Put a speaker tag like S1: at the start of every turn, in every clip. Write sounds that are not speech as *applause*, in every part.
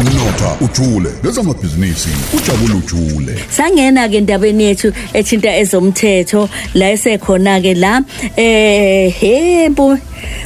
S1: Unotha uthule lezamabhizinisi ujabule ujule.
S2: Sangena ke endabeni yethu ethinta ezomthetho la esekhona ke la eh he Mpu-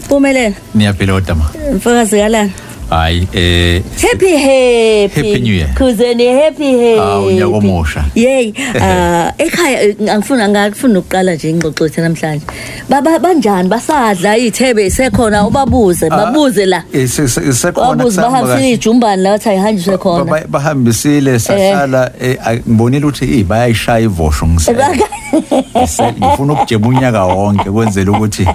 S2: Mpumelelo
S3: Niyabhiloda ma.
S2: mfakazi kalana
S3: Hayi eh
S2: Happy happy.
S3: Happy New Year.
S2: Kuzeni happy happy.
S3: Ah, unyaka omusha.
S2: Yey. Ah *laughs* ekhaya eh, angifuni angakufuni ukuqala nje ingxoxo yethu namhlanje. Baba banjani basadla ithebe isekhona ubabuze babuze la.
S3: eh, se- se- isekhona
S2: Babuze
S3: kusahamba
S2: bahambisile
S3: kahle.
S2: ijumbani la wathi ayihanjiswe
S3: Ba-
S2: khona.
S3: ba- bahambisile sahlala eh, ay- ngibonile ukuthi eh, bayayishaya ivosho ngisele
S2: *laughs*
S3: Ngise- ngifuna ukujeba unyaka wonke kwenzela ukuthi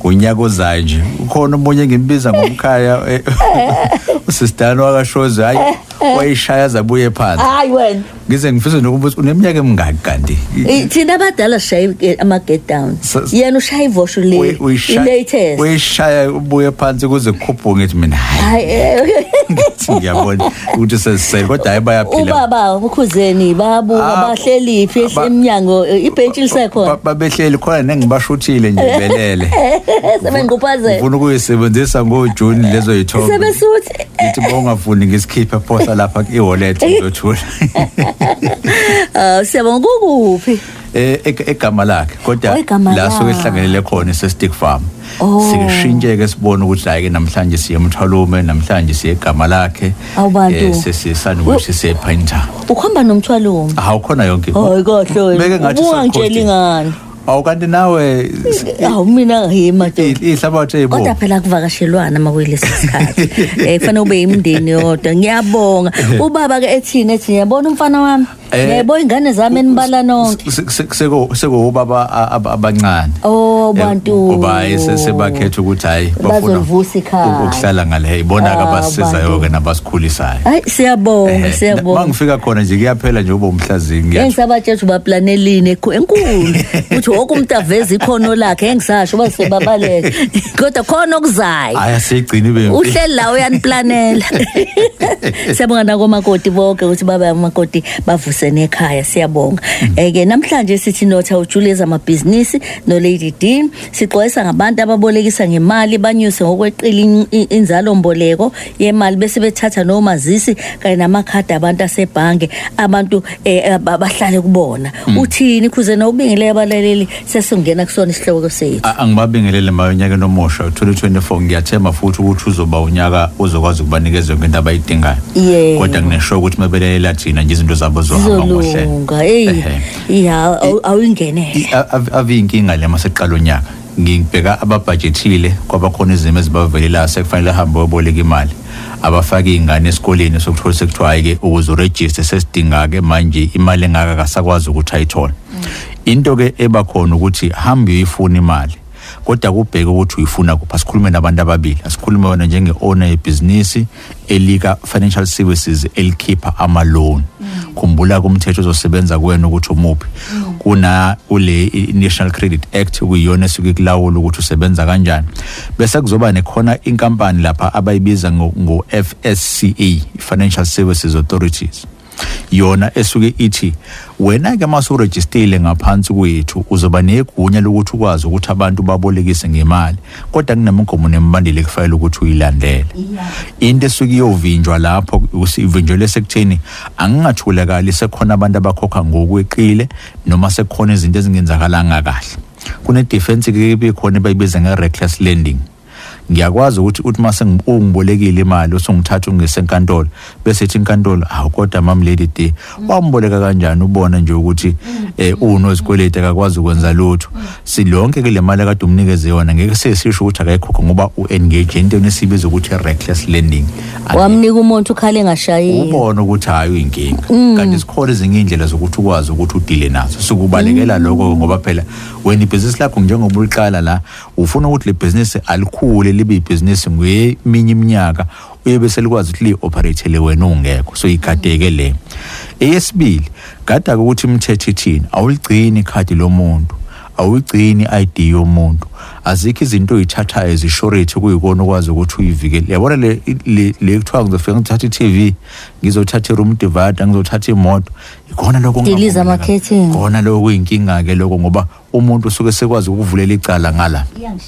S3: ngonyaka ozayo nje ukhona omunye ngimbiza ngomkhaya eh, *laughs* usistani wakashoze hayi wayishaya zabuye phansi
S2: Hayi wena.
S3: ngize ngifise nokubuza uneminyaka emingaki kanti
S2: Eh, Thina abadala sishaye ama אה, get down.
S3: So-
S2: Yena ushaya ivosho le.
S3: Uy- uyishaya-
S2: Ilatest.
S3: uyishaya ubuye phansi kuze kukhuphuke ngithi mina hayi
S2: Hayi eh,
S3: Ngithi ngiyabona ukuthi sesisele kodwa hayi bayaphila
S2: ubaba ukhuzeni babuka
S3: Ah,
S2: bahleli phi
S3: ba-
S2: eminyango eh, ibhentshi lisekhona.
S3: Ba- babehleli khona nengibashuthile nje belele
S2: *laughs* Eh. אה, Sebenguphazela.
S3: ufuna ukuyisebenzisa ngojuni lezo yithombe
S2: Sebesuthi
S3: ngithi bongafuni ngisikhiphe phosa lapha
S2: *laughs*
S3: iwallet ngizothula
S2: Ah, siyabonga ukuphi?
S3: *laughs* Eh, eg- egama lakhe kodwa
S2: Oh, egama
S3: la soke
S2: lakhe.
S3: sihlangenele khona sestick farm
S2: Oh.
S3: sikishintshe ke sibone ukuthi hayi ke namhlanje siye emthwalume namhlanje siye egama lakhe
S2: Awu bantu.
S3: Eh, sesisanda ukuthi siye painter
S2: Ukhamba nomthwalume.
S3: hawu khona yonke into.
S2: Hayi kahle
S3: Beke
S2: wena.
S3: ngathi
S2: Ungangitsheli
S3: sakhohlwe.
S2: ngani?
S3: Awu kanti nawe
S2: Hawu mina ngiyi madodana.
S3: ihlabathi
S2: Kodwa
S3: eyibo.
S2: phela kuvakashelwana makulesi
S3: *laughs*
S2: sikhathi. Eh kufanele ube imndeni yodwa. Ngiyabonga. Ubaba ke ethini ethi ngiyabona umfana wami.
S3: Eh,
S2: Ngiyabona ingane zami enibala nonke.
S3: Seko seko baba abancane. Eh,
S2: Oh bantu.
S3: Ngoba sesebakhetha ukuthi hayi
S2: Bazolivusa ikhaya.
S3: ukuhlala ngale ibona ke
S2: Ah,
S3: abasizayo
S2: bantu.
S3: ke nabasikhulisayo.
S2: Hayi siyabonga,
S3: Eh,
S2: siyabonga.
S3: Mangifika khona nje kuyaphela nje ube umhlaziyi ngiyathi.
S2: engisabatshe ukuthi ubaplanelini ekhu-
S3: *laughs*
S2: enkulu ukuthi wonke umuntu aveze ikhono lakhe engisasho
S3: *laughs*
S2: basebabaleka kodwa khona okuzayo
S3: Aya sigcini be.
S2: uhleli la uyaniplanela siyabonga nakomakoti bonke ukuthi baba amakoti bavuse nekhaya siyabonga um-ke namhlanje sithi notha ujulies amabhizinisi nolady d sixwayisa ngabantu ababolekisa ngemali banyuse ngokweqile in- in- inzalomboleko yemali bese bethatha nomazisi kanye namakhadi abantu asebhange abantu um bahlale kubona uthini khuze nobingileyo abalaleli sesingena kusona isihloko sethu
S3: A- angibabingelele mayo onyakeni omusha 2024 ngiyathemba futhi ukuthi uzoba unyaka ozokwazi ukubanikeza yonke into abayidingayo
S2: Yebo.
S3: Ah, kodwa nginesho ukuthi mabelelela thina nje izinto zabo zohamba ngohlelo
S2: zolunga eyi
S3: Ehhe.
S2: ya awuyingenele
S3: I- a- ave- aviyinkinga le maseqala onyaka ngibheka ababhajethile kwabakhona izimo ezibavelelayo sekufanele ahambe oboleka imali abafake iy'ngane esikoleni sokuthola sekuthiwa hhayi-ke ukuze urejiste sesidinga-ke manje imali engaka kasakwazi ukuthi ayithole into-ke ebakhona ukuthi hambe uyoyifuna imali kodwa kubheke ukuthi uyifuna kuphi asikhulume nabantu ababili asikhulume wena njenge-owner yebhizinisi elika-financial services elikhipha ama-loan khumbula-ke umthetho ozosebenza kuwena ukuthi umuphi kuna ule i-national credit act okuyiyona esuke ikulawula ukuthi usebenza kanjani bese kuzoba nekhona inkampani lapha abayibiza ngo-fsca i-financial E, services authorities yona esuke ithi wena ke masurejistile ngaphansi kwethu uzoba negunya lokuthi ukwazi ukuthi abantu babolekise ngemali kodwa kunemigomo nemibandela ekufanele ukuthi uyilandele into esuke iyovinjwa lapho ivinjelwe sekutheni angingathulakali sekhona abantu abakhokha ngokweqile noma sekukhona izinto ezingenzakalanga kahle kune-defense ke bekhona ebayibiza nge-reckless lending ngiyakwazi ukuthi uthi mase ngi- ungibolekile imali usungithatha ungisenkantolo bese ithi inkantolo hawu kodwa mam lady d wamboleka kanjani ubona nje ukuthi eh unozikweleti akakwazi ukwenza lutho silonke ke le mali akade umnikeze yona ngeke sesisho ukuthi akayikhokhe ngoba u-engage entweni esibiza ukuthi i-reckless lending
S2: wamnika umuntu ukhale engashayile
S3: ubone ukuthi hayi uyinkinga kanti sikhona ezinye iy'ndlela zokuthi ukwazi ukuthi udile nazo sikubalekela lokho ngoba phela wena ibhizinisi lakho njengoba uliqala la ufuna ukuthi le bhizinisi alikhule libe ibhizinisi ngeminye iminyaka uye bese likwazi ukuthi liyi-operethele wena ungekho so igadeke le eyesibili gada-ke ukuthi imithetho ithini awuligcini ikhadi lomuntu awuyigcini i-id yomuntu azikho izinto oyithathayo zishorethi kuyikona ukwazi ukuthi uyivikele yabona le le- le kuthiwa ngizofika ngithatha i-tv ngizothatha i-room divider ngizothatha imoto ikona lokho
S2: Deliza
S3: ongavumeleka-
S2: amakhethini.
S3: kona lokho kuyinkinga-ke lokho ngoba umuntu usuke sekwazi ukuvulela icala ngala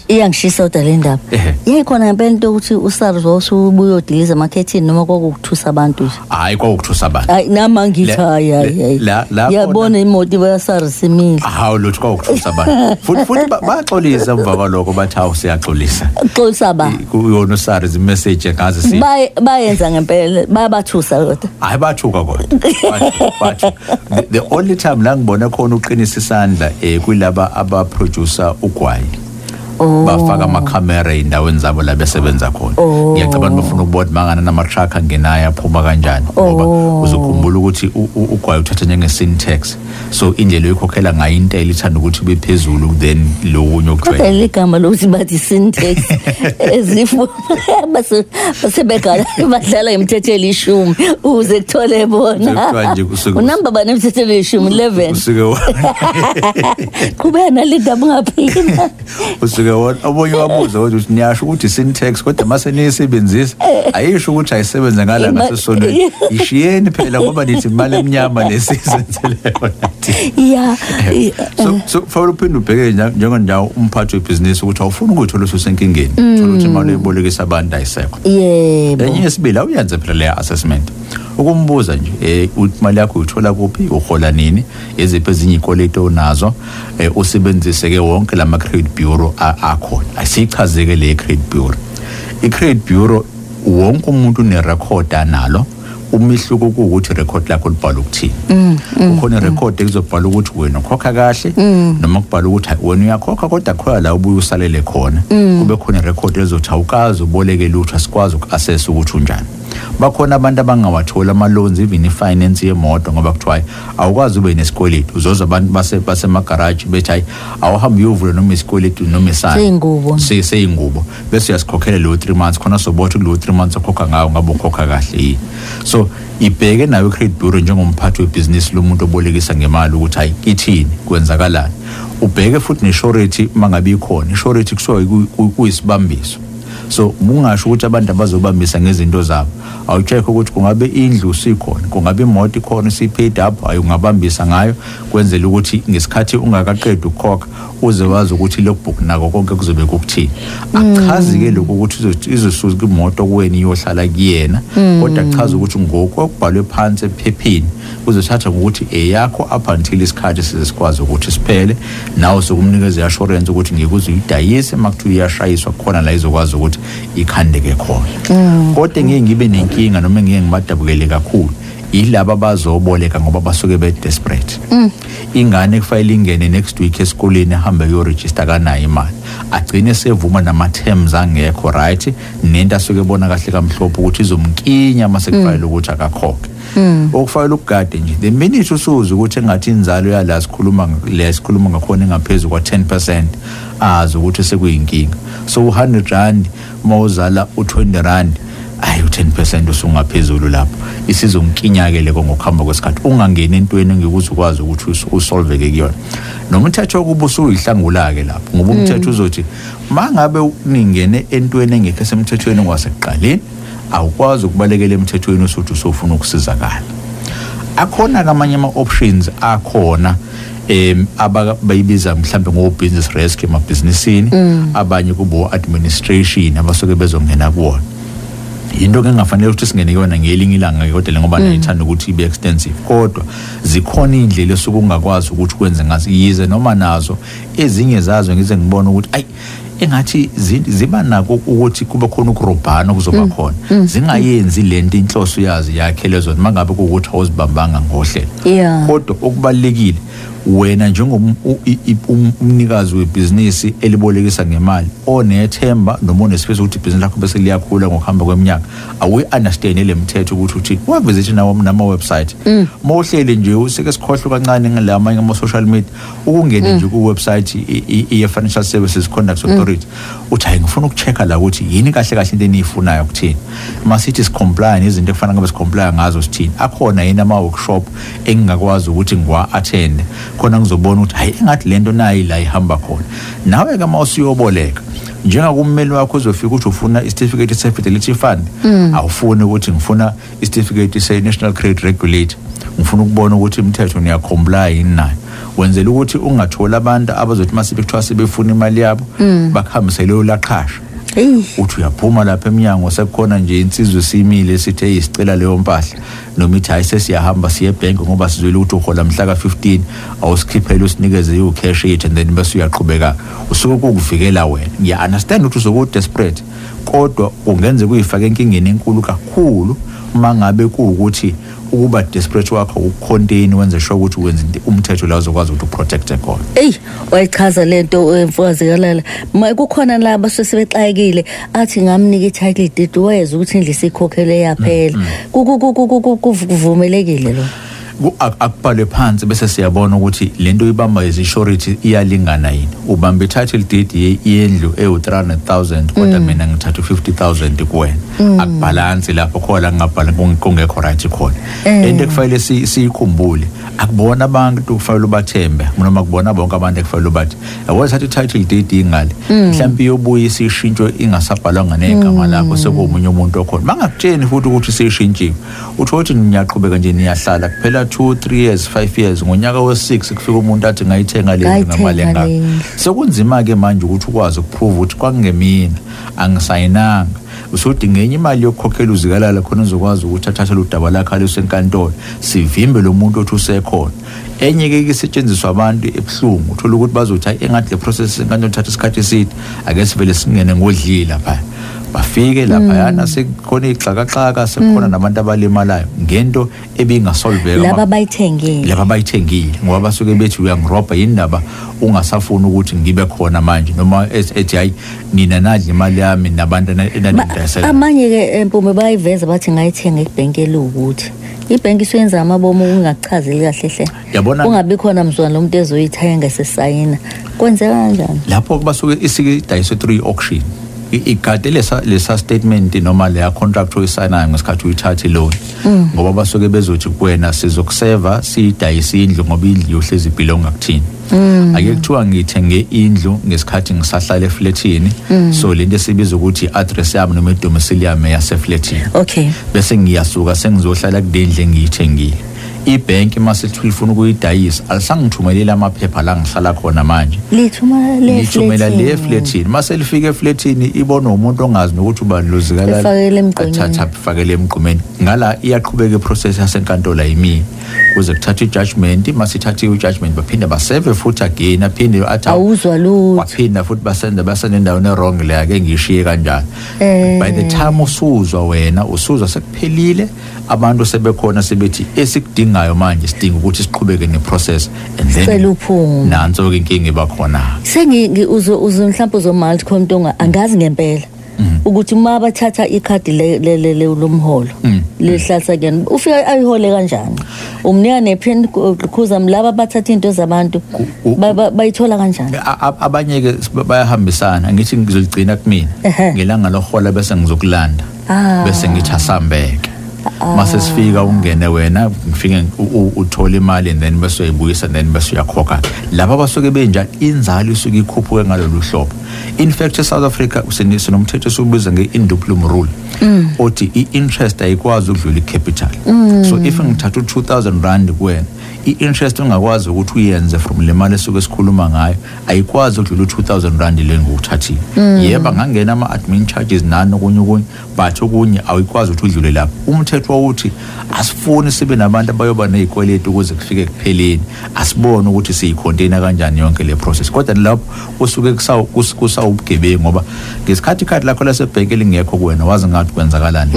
S2: iyangishisa kodwa le ndaba
S3: Ehe.
S2: yayikhona ngempela into yokuthi usars wawusubuye udiliza emakhethini noma kwakukuthusa abantu nje
S3: hayi kwakuthusa abantu
S2: hayi nama ngithi
S3: Le-
S2: hayi hayi
S3: le-
S2: hayi
S3: la- la-
S2: yabona imoto yasars imile
S3: hawu lutho kwakuthusa abantu futhi futhi ba- baxolisa emva kwalokho bathi hawu siyaxolisa
S2: xolisa ba
S3: kuyona usars imessage engazi Ah. si
S2: Bay- bayenza ngempela bayabathusa kodwa
S3: hayi bathuka kodwa Bathuka, bathuka. The- the only time la ngibone khona uqinisa isandla um kwilaba abaproducer ugwayi
S2: Oh.
S3: bafaka amakhamera ey'ndaweni zabo la besebenza khona
S2: Oh.
S3: ngiyacabani bafuna ukubona bangana namatrak angenayo aphuma kanjani ngoba
S2: Oh.
S3: uzokhumbula ukuthi u- u- ugwayi uthatha njenge-syntax so indlela oyikhokhela ngayo intela ithanda ukuthi ube phezulu then lokunye
S2: kodwa
S3: okujwayele
S2: leli gama lokuthi bathi syntax ezifo base- basebegala badlala ngemithetho elishumi ukuze kuthole bona
S3: Sekuthiwa nje kusuke-
S2: unamba bani emithetho elishumi 11
S3: usuke wa-
S2: qhubeka nalindaba ungaphina
S3: usuke wona omunye wabuza kodwa ukuthi niyasho ukuthi i-syntax kodwa mase niyisebenzisa ayisho ukuthi ayisebenze ngala
S2: Ima-
S3: ngasesonweni yishiyeni phela ngoba nithi imali emnyama lesizenzele yona thina
S2: ya
S3: so so fanele uphinde ubheke nja- njengondawo umphathi webhizinisi ukuthi awufuni ukuyithola ususenkingeni thola ukuthi imali uyibolekisa abantu ayisekho
S2: yebo
S3: enye yesibili awuyenze phela leya assessment ukumbuza nje eh, ukuthi imali yakho uyithola kuphi uhola nini eziphi ezinye iy'kweleto onazo um usebenzise-ke wonke lama-credit bureau a- akhona asiyichaze-ke le credit bureau i-credit bureau wonke umuntu unerekhodi analo umehluko kuwukuthi irekhodi lakho libhala ukuthini kukhona irekhodi ekuzobhala ukuthi wena ukhokha kahle noma kubhala ukuthi hayi, wena uyakhokha kodwa khona la ubuye usalele khona kube khona irekhodi elizothi awukazi uboleke lutho asikwazi uku-assess ukuthi unjani bakhona abantu abangawatholi ama-loans even i-finance yemoto ngoba kuthiwa hayi, awukwazi ube nesikweletu uzoza abantu base- basemagaraji bethi hayi awuhambe uyovula noma isikweletu noma isana
S2: Seyingubo.
S3: Se- seyingubo bese uyasikhokhela leyo three months khona sobotha kuleyo three months okhokha ngayo ngabe ukhokha kahle yini so ibheke nayo i-credit bureau njengomphathi webhizinisi lomuntu obolekisa ngemali ukuthi hayi ithini kwenzakalani ubheke futhi neshorethi uma ngabe ikhona ishorethi kusuke ku- ku- kuyisibambiso so mungasho ukuthi abantu abazobambisa ngezinto zabo awucheck ukuthi kungabe indlu usikhona kungabe imoto ikhona usipaid up hayi ungabambisa ngayo kwenzela ukuthi ngesikhathi ungakaqedi ukukhokha uze wazi ukuthi logbook nako konke kuzobe kukuthini akuchazi-ke lokhu ukuthi izo- izosuka imoto kuweni iyohlala kuyena kodwa kuchaza ukuthi ngoku okubhalwe phansi ephepheni kuzothatha ngokuthi eyakho up until isikhathi size sikwazi ukuthi siphele nawe sokumnikeza i-assurance ukuthi ngikuze uyidayise uma kuthiwa iyashayiswa khona la izokwazi ukuthi ikhandeke khona kodwa ngeke ngibe nenkinga noma ngeke ngibadabukele kakhulu yilaba abazoboleka ngoba basuke be-desperate ingane kufanele ingene next week esikoleni ahambe kuyorejista kanayo imali agcine esevuma nama-terms angekho right nento asuke ebona kahle kamhlophe ukuthi izomkinya uma sekufanele ukuthi akakhokhe okufanele ukugade nje the minute usuze ukuthi engathi inzalo yala sikhuluma le sikhuluma ngakhona engaphezu kwa-10 percent azi ukuthi sekuyinkinga so u-100 rand uma uzala u-20 rand hayi u-10 percent usungaphezulu lapho isizomkinya-ke leko ngokuhamba kwesikhathi ungangeni entweni engekuthi ukwazi ukuthi us- usolveke kuyona nomthetho wokuba usuyihlangula-ke lapho ngoba umthetho uzothi ma ngabe ningene entweni engekho esemthethweni ongasekuqaleni awukwazi ukubalekela emthethweni usuthi usufuna ukusizakala akhona kamanye ama options akhona em abayibiza mhlambe ngo business risk emabhizinisini abanye kubo administration abasuke bezongena kuwona into ke engafanele ukuthi singene kuyona ngelinye ilanga ke, kodwa le ngoba nayithanda ukuthi ibe extensive kodwa zikhona iy'ndlela esuke ungakwazi ukuthi kwenze ngazo yize noma nazo ezinye zazo ngize ngibone ukuthi ayi engathi zi- ziba nako ukuthi kube khona ukurobhana okuzoba khona zingayenzi le nto inhloso yazi yakhele zona uma ngabe kuwukuthi awuzibambanga ngohlelo
S2: ya
S3: kodwa okubalekile wena njengomnikazi um, webhizinisi elibolekisa ngemali onethemba noma onesifiso ukuthi ibhizinisi lakho bese liyakhula ngokuhamba kweminyaka awuyi-understand le mthetho ukuthi uthini wavizithi nama-websayithi ma uhleli nje useke sikhohlwe kancane ngala amanye ama-social media ukungene nje kuwebsayithi ye-financial services conduct authority uthi hayi ngifuna uku-check-a la ukuthi yini kahle kahle into eniyifunayo kuthini masithi sicomply nezinto ekufanele ngabe sicomply ngazo sithini akhona yini ama-workshop engingakwazi ukuthi ngiwa-athende khona ngizobona ukuthi hhayi engathi le nto nayo la ihamba khona nawe-ke ma usuyoboleka njengakummeli wakho uzofika ukuthi ufuna isitifiketi se-fidelity fund awufuni ukuthi ngifuna isitifiketi se-national credit regulator ngifuna ukubona ukuthi imithetho niyacomply yini nayo wenzela ukuthi ungathola abantu abazothi mase bekuthiwa sebefuna imali yabo bakuhambisele ulaqhasha
S2: eyi
S3: uthi uyaphuma lapha emnyango sekukhona nje insizwe simile sithe "Hey, sicela leyo mpahla noma ithi hayi sesiyahamba siye ebhenki ngoba sizwele ukuthi uhola mhla ka-15 awusikhiphele usinikeze i-cash it and then bese uyaqhubeka usuke kukuvikela wena ngiya-understand ukuthi uzokuwu-desperate kodwa ungenze kuyifake enkingeni enkulu kakhulu uma ngabe kuwukuthi ukuba desperate wakho ukucontain wenze sure ukuthi wenza into- umthetho la uzokwazi ukuthi uprotecte khona
S2: eyi wayichaza le nto eh, mfakazikalala ma kukhona la basuke sebexakekile athi ngamnika i-title deed wayeza ukuthi indlu isikhokhelwe yaphela Ku- ku- ku- ku- ku- ku- kuv- kuvumelekile lo
S3: Ku- ak- akubhalwe phansi bese siyabona ukuthi lento ibamba izinsurity iyalingana yini ubamba i-title deed ye- yendlu ewu-300000 kodwa mina ngithatha u-50000 kuwena akubhalansi lapho khona kungabhala kung- kungekho right khona into ekufanele si- siyikhumbule akubona abantu kufanele ubathembe noma kubona bonke abantu ekufanele ubathi yabo thatha i-title deed ingale mhlawumbe iyobuye siyishintshwe ingasabhalwanga negama lakho sekuwumunye umuntu okhona bangakutsheni futhi ukuthi siyishintshiwe utho ukuthi ngiyaqhubeka nje niyahlala kuphela 2 3 years 5 years ngonyaka we-6 kufika umuntu athi ngayithenga lendlu
S2: Ngayithenga
S3: ngamali
S2: le
S3: engaka
S2: ndlu.
S3: sekunzima-ke manje ukuthi ukwazi ukuprove ukuthi kwakungemina angisayinanga usudingenye imali yokukhokhela uzikalala khona uzokwazi ukuthi athathe ludaba lakhe alusenkantolo sivimbe lo muntu othi usekhona enye-ke isetshenziswa abantu ebuhlungu uthole ukuthi bazothi hayi engathi le process senkantolo thatha isikhathi eside ake sivele singene ngodlila phaya bafike laphayana sekukhona iy'xakaxaka sekukhona nabantu abalimalayo ngento ebingasolveka
S2: laba bayithengile
S3: laba bayithengile ngoba basuke bethi uyangirobha yindaba ungasafuni ukuthi ngibe khona manje noma es- ethi hayi nina nadla imali yami nabantu ena- enanindesela
S2: amanye-ke empume bayiveza bathi ngayithenga ibhenki eliwukuthi ibhenki isuyenza amabomo ukungakuchazeli kahle hle
S3: Yabona-
S2: kungabi khona mzwana lo muntu ezoyithayanga sesayina kwenzeka kanjani
S3: lapho basuke isike idayiswe three auction I- igade lesa lesa statement noma leya contract oyisayinayo ngesikhathi uyithathe loan ngoba basuke bezothi kuwena sizokuseva siyidayise indlu ngoba indlu yohlezi ibhilonga kuthini ake kuthiwa ngithenge indlu ngesikhathi ngisahlala efletini so lento esibiza ukuthi i-address yami noma idomicile yami yasefletini
S2: okay
S3: bese ngiyasuka sengizohlala kulendle ngiyithengile ibhenki mase lithi lifuna ukuyidayisa alisangithumelela amaphepha la ngihlala khona manje
S2: lithumela le
S3: lithumela le
S2: flat
S3: efletini mase lifika efletini ibona umuntu ongazi nokuthi ubani luzikalala
S2: Lifakele emgqonyeni.
S3: athatha afakele emgqumeni ngala iyaqhubeka iprocess yasenkantola yimi kuze kuthathwe ijudgment mase ithathiwe ijudgment baphinde baseve futhi again aphinde athi
S2: awuzwa lutho
S3: waphinda futhi basenda basenendaweni erong le ake ngishiye kanjalo
S2: Eh.
S3: by the time usuzwa wena usuzwa sekuphelile abantu sebekhona sebethi esikudingayo manje sidinga ukuthi siqhubeke neprocess and
S2: Sicela
S3: then
S2: uphume.
S3: nanso-ke inkinga iba khona
S2: sengi uzo uzo mhlawumbe uzo multicom ntonga angazi ngempela ukuthi uma bathatha ikhadi le le- le- le- lomholo lihlasa kuyena ufika ayihole kanjani umnika nepin kuza mlaba bathatha into zabantu
S3: u-
S2: ba- ba- bayithola kanjani
S3: A- a- abanye-ke s- ba- bayahambisana ngithi ngizoligcina kumina
S2: Ehhe.
S3: ngelanga lohola bese ngizokulanda
S2: Ah.
S3: bese ngithi asambeke mase sifika ungene wena ngifike u- u- uthole imali and then bese uyayibuyisa and then bese uyakhokha laba basuke benjalo inzalo isuke ikhuphuke ngalolu hlobo in fact e-south africa sine- sinomthetho esiwubiza nge-induplum rule
S2: Mm.
S3: othi i-interest ayikwazi ukudlula i-capital so if ngithatha u-two thousand rand kuwena i-interest ongakwazi ukuthi uyenze from le mali esuke sikhuluma ngayo ayikwazi ukudlula u-two thousand rand le ngokuwuthathile yebo angangena ama-admin charges nani okunye okunye but okunye awuyikwazi ukuthi udlule lapho umthetho wawuthi asifuni sibe nabantu abayoba ney'kweletu ukuze kufike kupheleni asibone ukuthi siyikhontaina kanjani yonke le process kodwa lapho kusuke kusawu- kus- kusawubugebengu ngoba ngesikhathi ikhadi lakho lasebhenki lingekho kuwena wazi ngathi kwenzakalani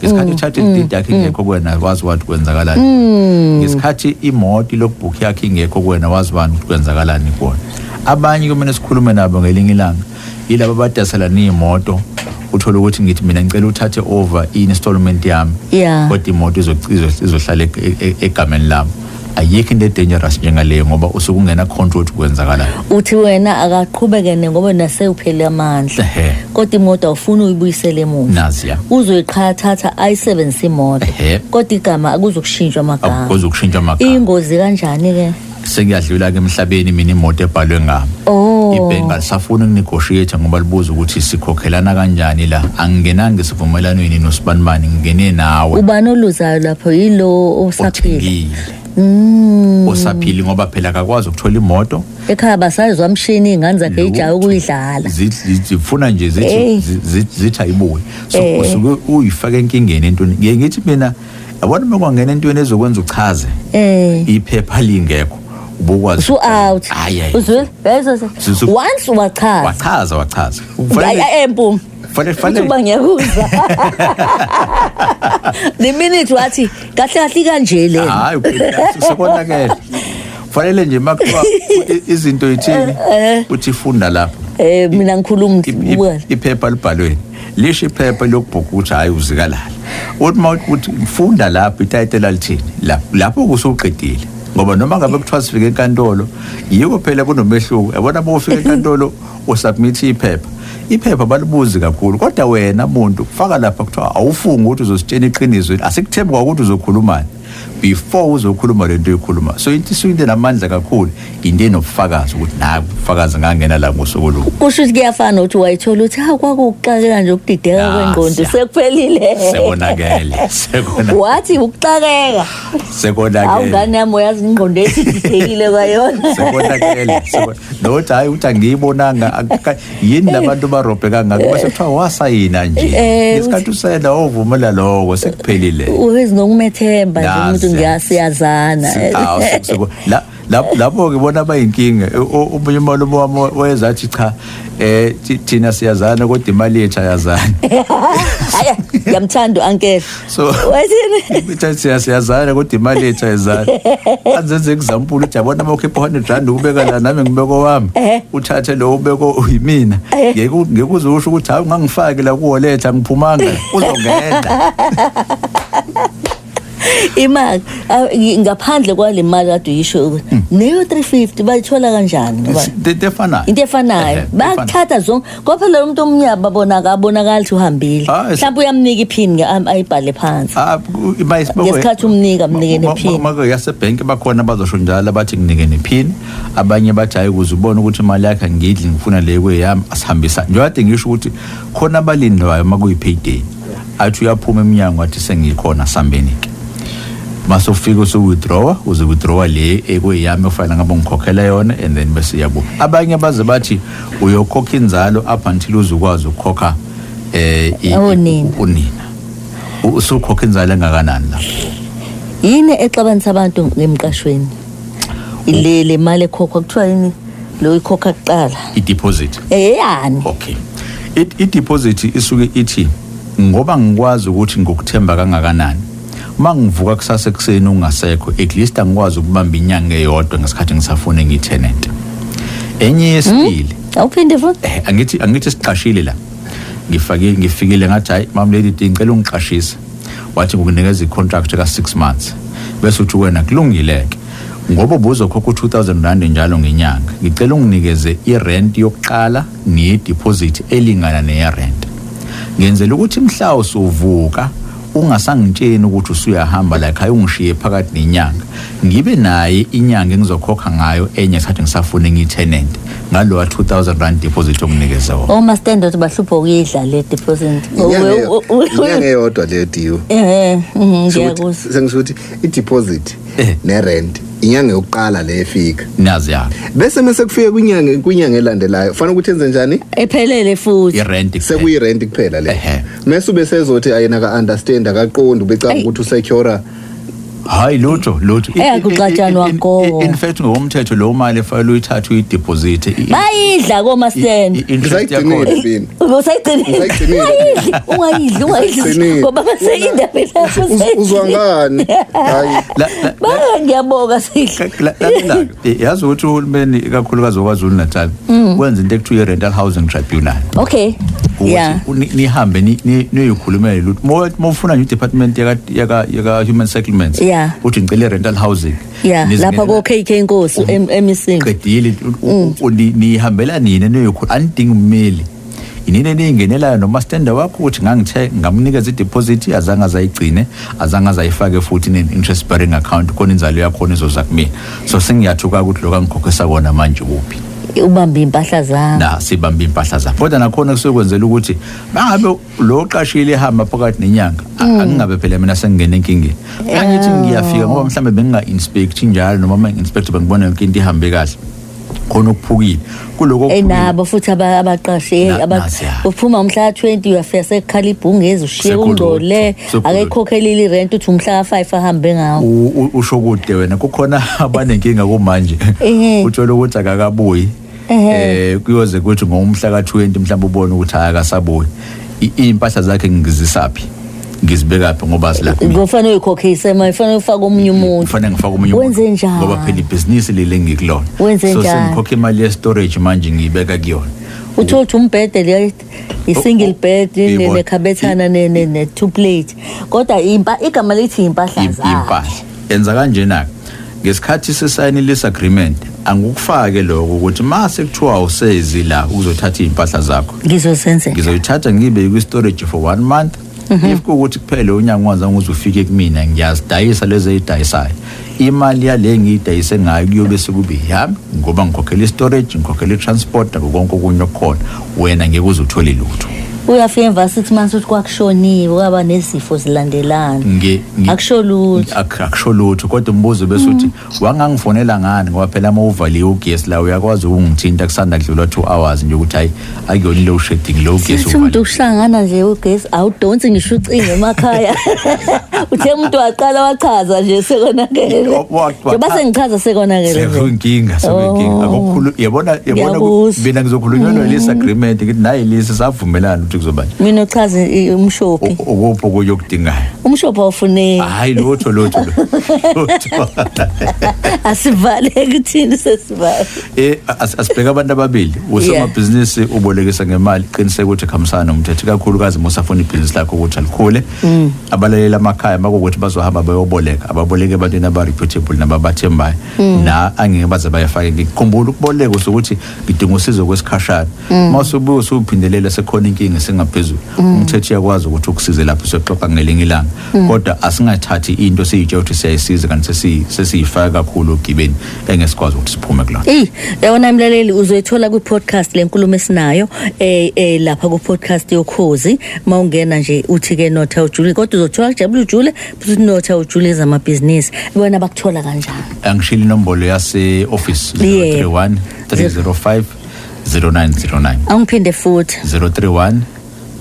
S3: ngesikhathi ithatha ididi yakho ingekho kuwena wazi wathi kwenzakalani ngesikhathi imoto ilokubhukhi yakho ingekho kuwena wazi bani ukuthi kwenzakalani kuwona abanye kumele sikhulume nabo ngelinye ilanga yilabo abadasela niyimoto uthole ukuthi ngithi mina ngicela uthathe over i-installment yami
S2: Yeah.
S3: kodwa imoto izo- izo- izohlala eg- e- e- egameni lami ayikho into e-dangerous njengaleyo ngoba usuke ungena control ukuthi kwenzakalayo
S2: uthi wena akaqhubeke ne ngoba nasewuphele amandla
S3: ehe
S2: kodwa imoto awufuni uyibuyisele emuva
S3: naziya
S2: uzoyiqhathatha ayisebenzise imoto
S3: Ehhe.
S2: kodwa igama akuzokushintshwa amagama
S3: akukoze ukushintsha amagama
S2: iyingozi kanjani ke
S3: sengiyadlula-ke emhlabeni mina imoto ebhalwe ngami
S2: oh
S3: ibhenki alisafuni ukunegotiate ngoba libuza ukuthi sikhokhelana kanjani la angingenanga esivumelwaneni nosibanibani ngingene nawe
S2: ubani oluzayo lapho yilo osaphila Mm,
S3: othengile osaphili ngoba phela akakwazi ukuthola imoto
S2: ekhaya basayizwa mshini iy'ngane zakhe ijaye
S3: Lutho.
S2: ukuyidlala
S3: Zi- zi- zifuna nje
S2: Eh.
S3: zithi zi- zi- zithi ayibuye so
S2: Eh.
S3: usuke uyifaka enkingeni entweni ngiye ngithi mina yabona uma kwangena entweni ezokwenza uchaze
S2: um
S3: iphepha lingekho ubukwazi
S2: su-out
S3: Ayi, ayi.
S2: uzwile
S3: Su- su-
S2: once wachaza
S3: wachaza wachaza
S2: Hayi, *laughs*
S3: Kufanele-
S2: ayi, empuma
S3: kufanele-
S2: futhi
S3: kufanele-
S2: uba
S3: *laughs*
S2: ngiyakuza neminithi wathi kahle kahle kanje le
S3: hayi sekonakele kufanele nje makuthiwa i- izinto yithini uthi funda lapho
S2: um mina ngikhuluma
S3: I- i-
S2: ubukele
S3: iphepha libhalweni lisho iphepha lokubhuka ukuthi hhayi uzikalala uthi ma uthi funda lapho itayitela lithini Lapho- lapho kusuqedile ngoba noma ngabe kuthiwa sifike enkantolo yiko phela kunomehluko yabona uma ufika enkantolo usubmithe iphepha iphepha balibuzi kakhulu kodwa wena muntu kufaka lapha kuthiwa awufungi ukuthi uzositshena iqiniso asikuthembi kwakuthi uzokhulumani before uzokhuluma lento oyikhuluma so into isuke inamandla kakhulu into enobufakazi ukuthi naku ubufakazi ngangena la ngosuku lo
S2: kusho ukuthi kuyafana nokuthi wayithola ukuthi ha kwakuwukuxakeka nje ukudideka
S3: Ah,
S2: kwengqondo
S3: siya-
S2: sekuphelile *laughs*
S3: sekonakele sekona-
S2: wathi ukuxakeka hawu
S3: sekonakele
S2: ngane yami uyazi ingqondo ethididekile
S3: *laughs*
S2: kwayona *laughs*
S3: sekonakele sekona- nokuthi hhayi ukuthi angiyibonanga akaka- yini labantu barobhe kangako basekuthiwa wasayina nje
S2: Eh,
S3: ngesikhathi usena ovumela loko sekuphelile
S2: uwezi nokumethemba nje
S3: Nah,
S2: umuntu
S3: siya-
S2: ngiyasiyazana
S3: Se-
S2: *laughs*
S3: awu, se- seko- la- la- lapho-ke bona bayinkinga E- o- omunye umalume wami wayezathi cha um thina siyazana kodwa imali yethu ayazana
S2: *laughs* Hhayi, ngiyamthanda u-ankele
S3: So-
S2: wathini
S3: Imithetho siyazana kodwa imali yethu ayizali. Anzenze example uthi yabona uma ukhipha 100 rand ubeka la nami ngibeko wami
S2: Ehhe.
S3: uthathe lo ubeko uyimina.
S2: Ehhe.
S3: Ngeku- Ngekuzusho ukuthi hayi ungangifaki la kuwoletha ngiphumanga
S2: *laughs*
S3: uzongena.
S2: imali ah, ngi- ngaphandle kwale mali kade uyisho
S3: Hmm.
S2: neyo 350 bayithola kanjani ngoba
S3: Defana.
S2: into efanayo bayakuthatha zonke kodwa lo muntu omnyaba bonaka abonakala ukuthi uhambile
S3: Ah, es-
S2: mhlawumbe uyamnika iphini nge- am- ayibhale phansi
S3: Ah,
S2: Ngesikhathi umnika, mnike nephini.
S3: Uma yasebhenki bakhona abazosho njalo bathi nginike nephini. Abanye bathi hayi ukuze ubone ukuthi imali yakhe angidli ngifuna le kweyami asihambisa. Njengoba ngisho ukuthi khona abalindwayo uma kuyi-payday. Athi uyaphuma eminyango athi sengikhona sambeni ke. Maso ufika usu withdraw uze withdraw le ekweyami ofanele ngabe ngikhokhela yona and then bese yabo. Abanye baze bathi uyokhokha inzalo up until uzukwazi ukukhokha eh i-
S2: Onina.
S3: unina. U- usukhokha inzalo engakanani lapho
S2: yini exabanisa abantu ngemqashweni le le mali ekhokhwa kuthiwa yini lo ikhokha kuqala
S3: i-deposit
S2: eyani
S3: okay I- i-deposit isuke ithi ngoba ngikwazi ukuthi ngokuthemba kangakanani uma ngivuka kusasa ekuseni ungasekho at least angikwazi ukubamba inyanga eyodwa ngesikhathi ngisafune ngiyitenant enye yesibili
S2: awuphinde futhi
S3: eh, angithi angithi siqashile la ngifake ngifikile ngathi hayi mam lady D, ngicela ungiqashise wathi ngokunikeza i-contract ka 6 months bese uthi wena kulungileke ngoba ubuzokhokha u-2000 rand njalo ngenyanga ngicela unginikeze irent yokuqala neyedeposit elingana neyerent ngenzela ukuthi mhla usuvuka ungasangitsheni ukuthi usuyahamba like hayi ungishiye phakathi nenyanga ngibe naye inyanga engizokhokha ngayo enye ngesikhathi ngisafune ngiyi-tenant ngalowa 2000 rand deposit onginikeze wona
S2: omastandard bahlupha ukuyidla le deposit
S4: Inyanga- inyanga eyodwa leyo diwo
S2: ehe mhm,
S4: Kusho ukuthi-
S2: ngiyakuzwa
S4: sengisho ukuthi i-deposit
S3: Eh.
S4: ne-rent inyanga yokuqala le efika
S3: nazi yami
S4: bese mase kufike kwinyanga kwinyanga elandelayo fanele ukuthi enze njani
S2: ephelele futhi
S3: irent
S4: sekuyirent kuphela le
S3: Ehhe.
S4: mase ube sezothi ayena ka-understand akaqondi ubecanga
S2: Ayi.
S4: ukuthi usecura
S3: hayi lutho lutho I-
S2: Eh,
S3: i- i-
S2: akuxatshanwa
S3: i- i-
S2: ngowo.
S3: in fact ngokomthetho leyo mali efanele uyithathe uyideposite i-
S2: bayidla komastandard
S3: i- interest
S4: Usayigcinile
S3: yakhona
S4: pina
S2: usayigcinile
S4: Usayigcinile.
S2: ungayidli ungayidli ungayidli
S4: Usayigcinile.
S2: ngoba maseyindaba
S4: Uz-
S2: *laughs*
S4: uzwa ngani hayi
S3: La- la-
S2: banga ngiyabonga sihle
S3: lalela yazi ukuthi uhulumeni ikakhulukazi okwazulu natal wenza into ekuthiwa i-rental housing tribunal
S2: okay ya
S3: ukuthi uni- nihambe ni- ni- niyoyikhulumela lutho uma ufuna nje i-department yaka-human settlements
S2: Yeah.
S3: uthi ngicela i-rental housing
S2: ya
S3: Nizi-
S2: lapha Mm. ko-kk nkosi
S3: Um,
S2: em- emisini
S3: qedile u- u- ni- nihambela nini niyoyikhulu anidingi ummeli inini eniyingenelayo nomastenda wakho ukuthi ngangithe ngamnikeza ideposit azange azayigcine azange azayifake futhi ne-interest bearing account khona inzalo yakhona izoza kumina so sengiyathuka ukuthi lokhu angikhokhisa kona manje uphi
S2: ubambe impahla zami
S3: na sibamba impahla zabo kodwa nakhona kusekwenzela ukuthi bangabe lo oqashile ehamba phakathi nenyanga a- angingabe phela mina sengingena enkingeni angithi ngiyafika ngoba mhlawumbe benginga-inspekthi njalo noma uma ngi-inspekthi bengibona yonke into ihambe kahle khona okuphukile kuloko okuphukile-
S2: enabo futhi aba- abaqashi
S3: Na-
S2: aba-
S3: nasi hhayi.
S2: uphuma umhla ka-20 uyafika sekukhala ibhungezi ushiye
S3: Sekudlule,
S2: ungcole
S3: sekudlule.
S2: akeyikhokhelile irent uthi umhla ka-five ahambe ngawo
S3: U- u- usho kude wena kukhona *laughs* abanenkinga kumanje
S2: Ehhe.
S3: utshela ukuthi akakabuyi
S2: Ehhe.
S3: eh kuyoze kuthi ngomhla ka20 mhlawumbe ubone ukuthi akakasabuyi I- impahla zakhe ngizisaphi ngizibekaphi ngoba zilaphi
S2: kufanele uyikhokhise ma fanele ufake omunye umuntu
S3: kufanele ngifake omunye
S2: Wenze
S3: umuntu,
S2: njani?
S3: ngoba phela ibhizinisi leli engikulona
S2: Wenze
S3: so
S2: njani?
S3: sengikhokha imali ye-storage manje ngiyibeka kuyona
S2: uthole ukuthi umbhede le- i-single
S3: Oh, oh,
S2: bed ne-
S3: yebo.
S2: nekhabethana ne- ne- ne-two plate kodwa impa- igama lithi
S3: im-
S2: impahla
S3: impahla
S2: zakhe
S3: enza kanjena-ke ngesikhathi sisayine lease agreement angikufake lokho ukuthi ma sekuthiwa usezi la uzothatha iy'mpahla zakho
S2: ngizozenzela
S3: ngizoyithatha ngibeke kwi-storage for one month
S2: Mhm.
S3: if kuwukuthi kuphele unyaka ungazange uze ufike kumina ngiyazidayisa lezi eyidayisayo imali yale engiyidayise ngayo kuyobe sekube yami ngoba ngikhokhela i-storage ngikhokhela i-transport nako konke okunye okukhona wena ngeke uze uthole lutho
S2: uyafika emvasithi manje ukuthi kwakushoniwe kwaba nezifo zilandelana
S3: Nge- nge-
S2: akusho lutho Mhm.
S3: Ak- akusho lutho kodwa umbuzo bese uthi wangangifonela ngani ngoba phela uma uvaliwe ugesi la uyakwazi ukungithinta kusanda kudlula two hours nje ukuthi hayi akuyona i-low shedding lo ugesi
S2: sithi umuntu
S3: uvaliwe.
S2: ukuhlangana nje ugesi awudonsi ngisho ucinge
S3: *laughs*
S2: emakhaya uthe umuntu waqala wachaza nje sekonakele
S3: Wa- wa-
S2: njengoba sengichaza sekonakele nje.
S3: sekuyinkinga sekuyinkinga
S2: Oh.
S3: akukhulu yabona yabona
S2: Ngiyakuzwa.
S3: ku- mina ngizokhulunyelwa lesi agreement ngithi nayi lesi savumelana ukuthi kuzoba
S2: mina uchaze i- umshophi
S3: okuphi okunye okudingayo
S2: umshophi awufuneki *laughs*
S3: hhayi lutho lutho lutho
S2: asivaleki thini sesivale
S3: Eh, as- asibheke abantu ababili usomabhizinisi ubolekisa ngemali qiniseka ukuthi khambisana nomthetho kakhulukazi musafuna ibhizinisi lakho ukuthi alikhule abalaleli amakhaya makuwukuthi bazohamba bayoboleka ababoleki ebantwini aba-reputable nababathembayo na angeke baze bayifake ngikhumbula ukuboleka usukuthi ngidinga usizo kwesikhashana uma usubuye usuwuphindelela sekhona inkinga sengaphezulu umthetho uyakwazi ukuthi ukusize lapho soxoxa ngelinye ilanga kodwa asingathathi into siyitshela ukuthi siyayisiza kanti sesiyi- sesiyifaka kakhulu ogibeni engesikwazi ukuthi siphume kulona
S2: eyi yabona mlaleli uzoyithola kwi-podcast le nkulumo esinayo eh, eh, lapha ku-podcast yokhozi uma ungena nje uthi-ke notha ujule kodwa uzothola kujabula ujule futhi uthi notha ujule zamabhizinisi bona bakuthola kanjani
S3: angishile inombolo yase-office
S2: Yeah.
S3: 031 305 0909
S2: angiphinde futhi
S3: 031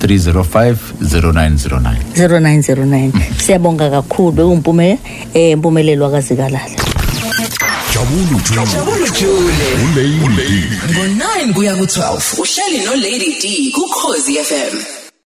S3: 305 0909
S2: 0909 siyabonga kakhulu bekumpume eh, impumelelo wakazikalala
S1: Jabulu Jule.
S5: Jabulu Jule
S1: Ulady.
S5: ngo-9 kuya ku-12 uhleli no Lady D kukhozi FM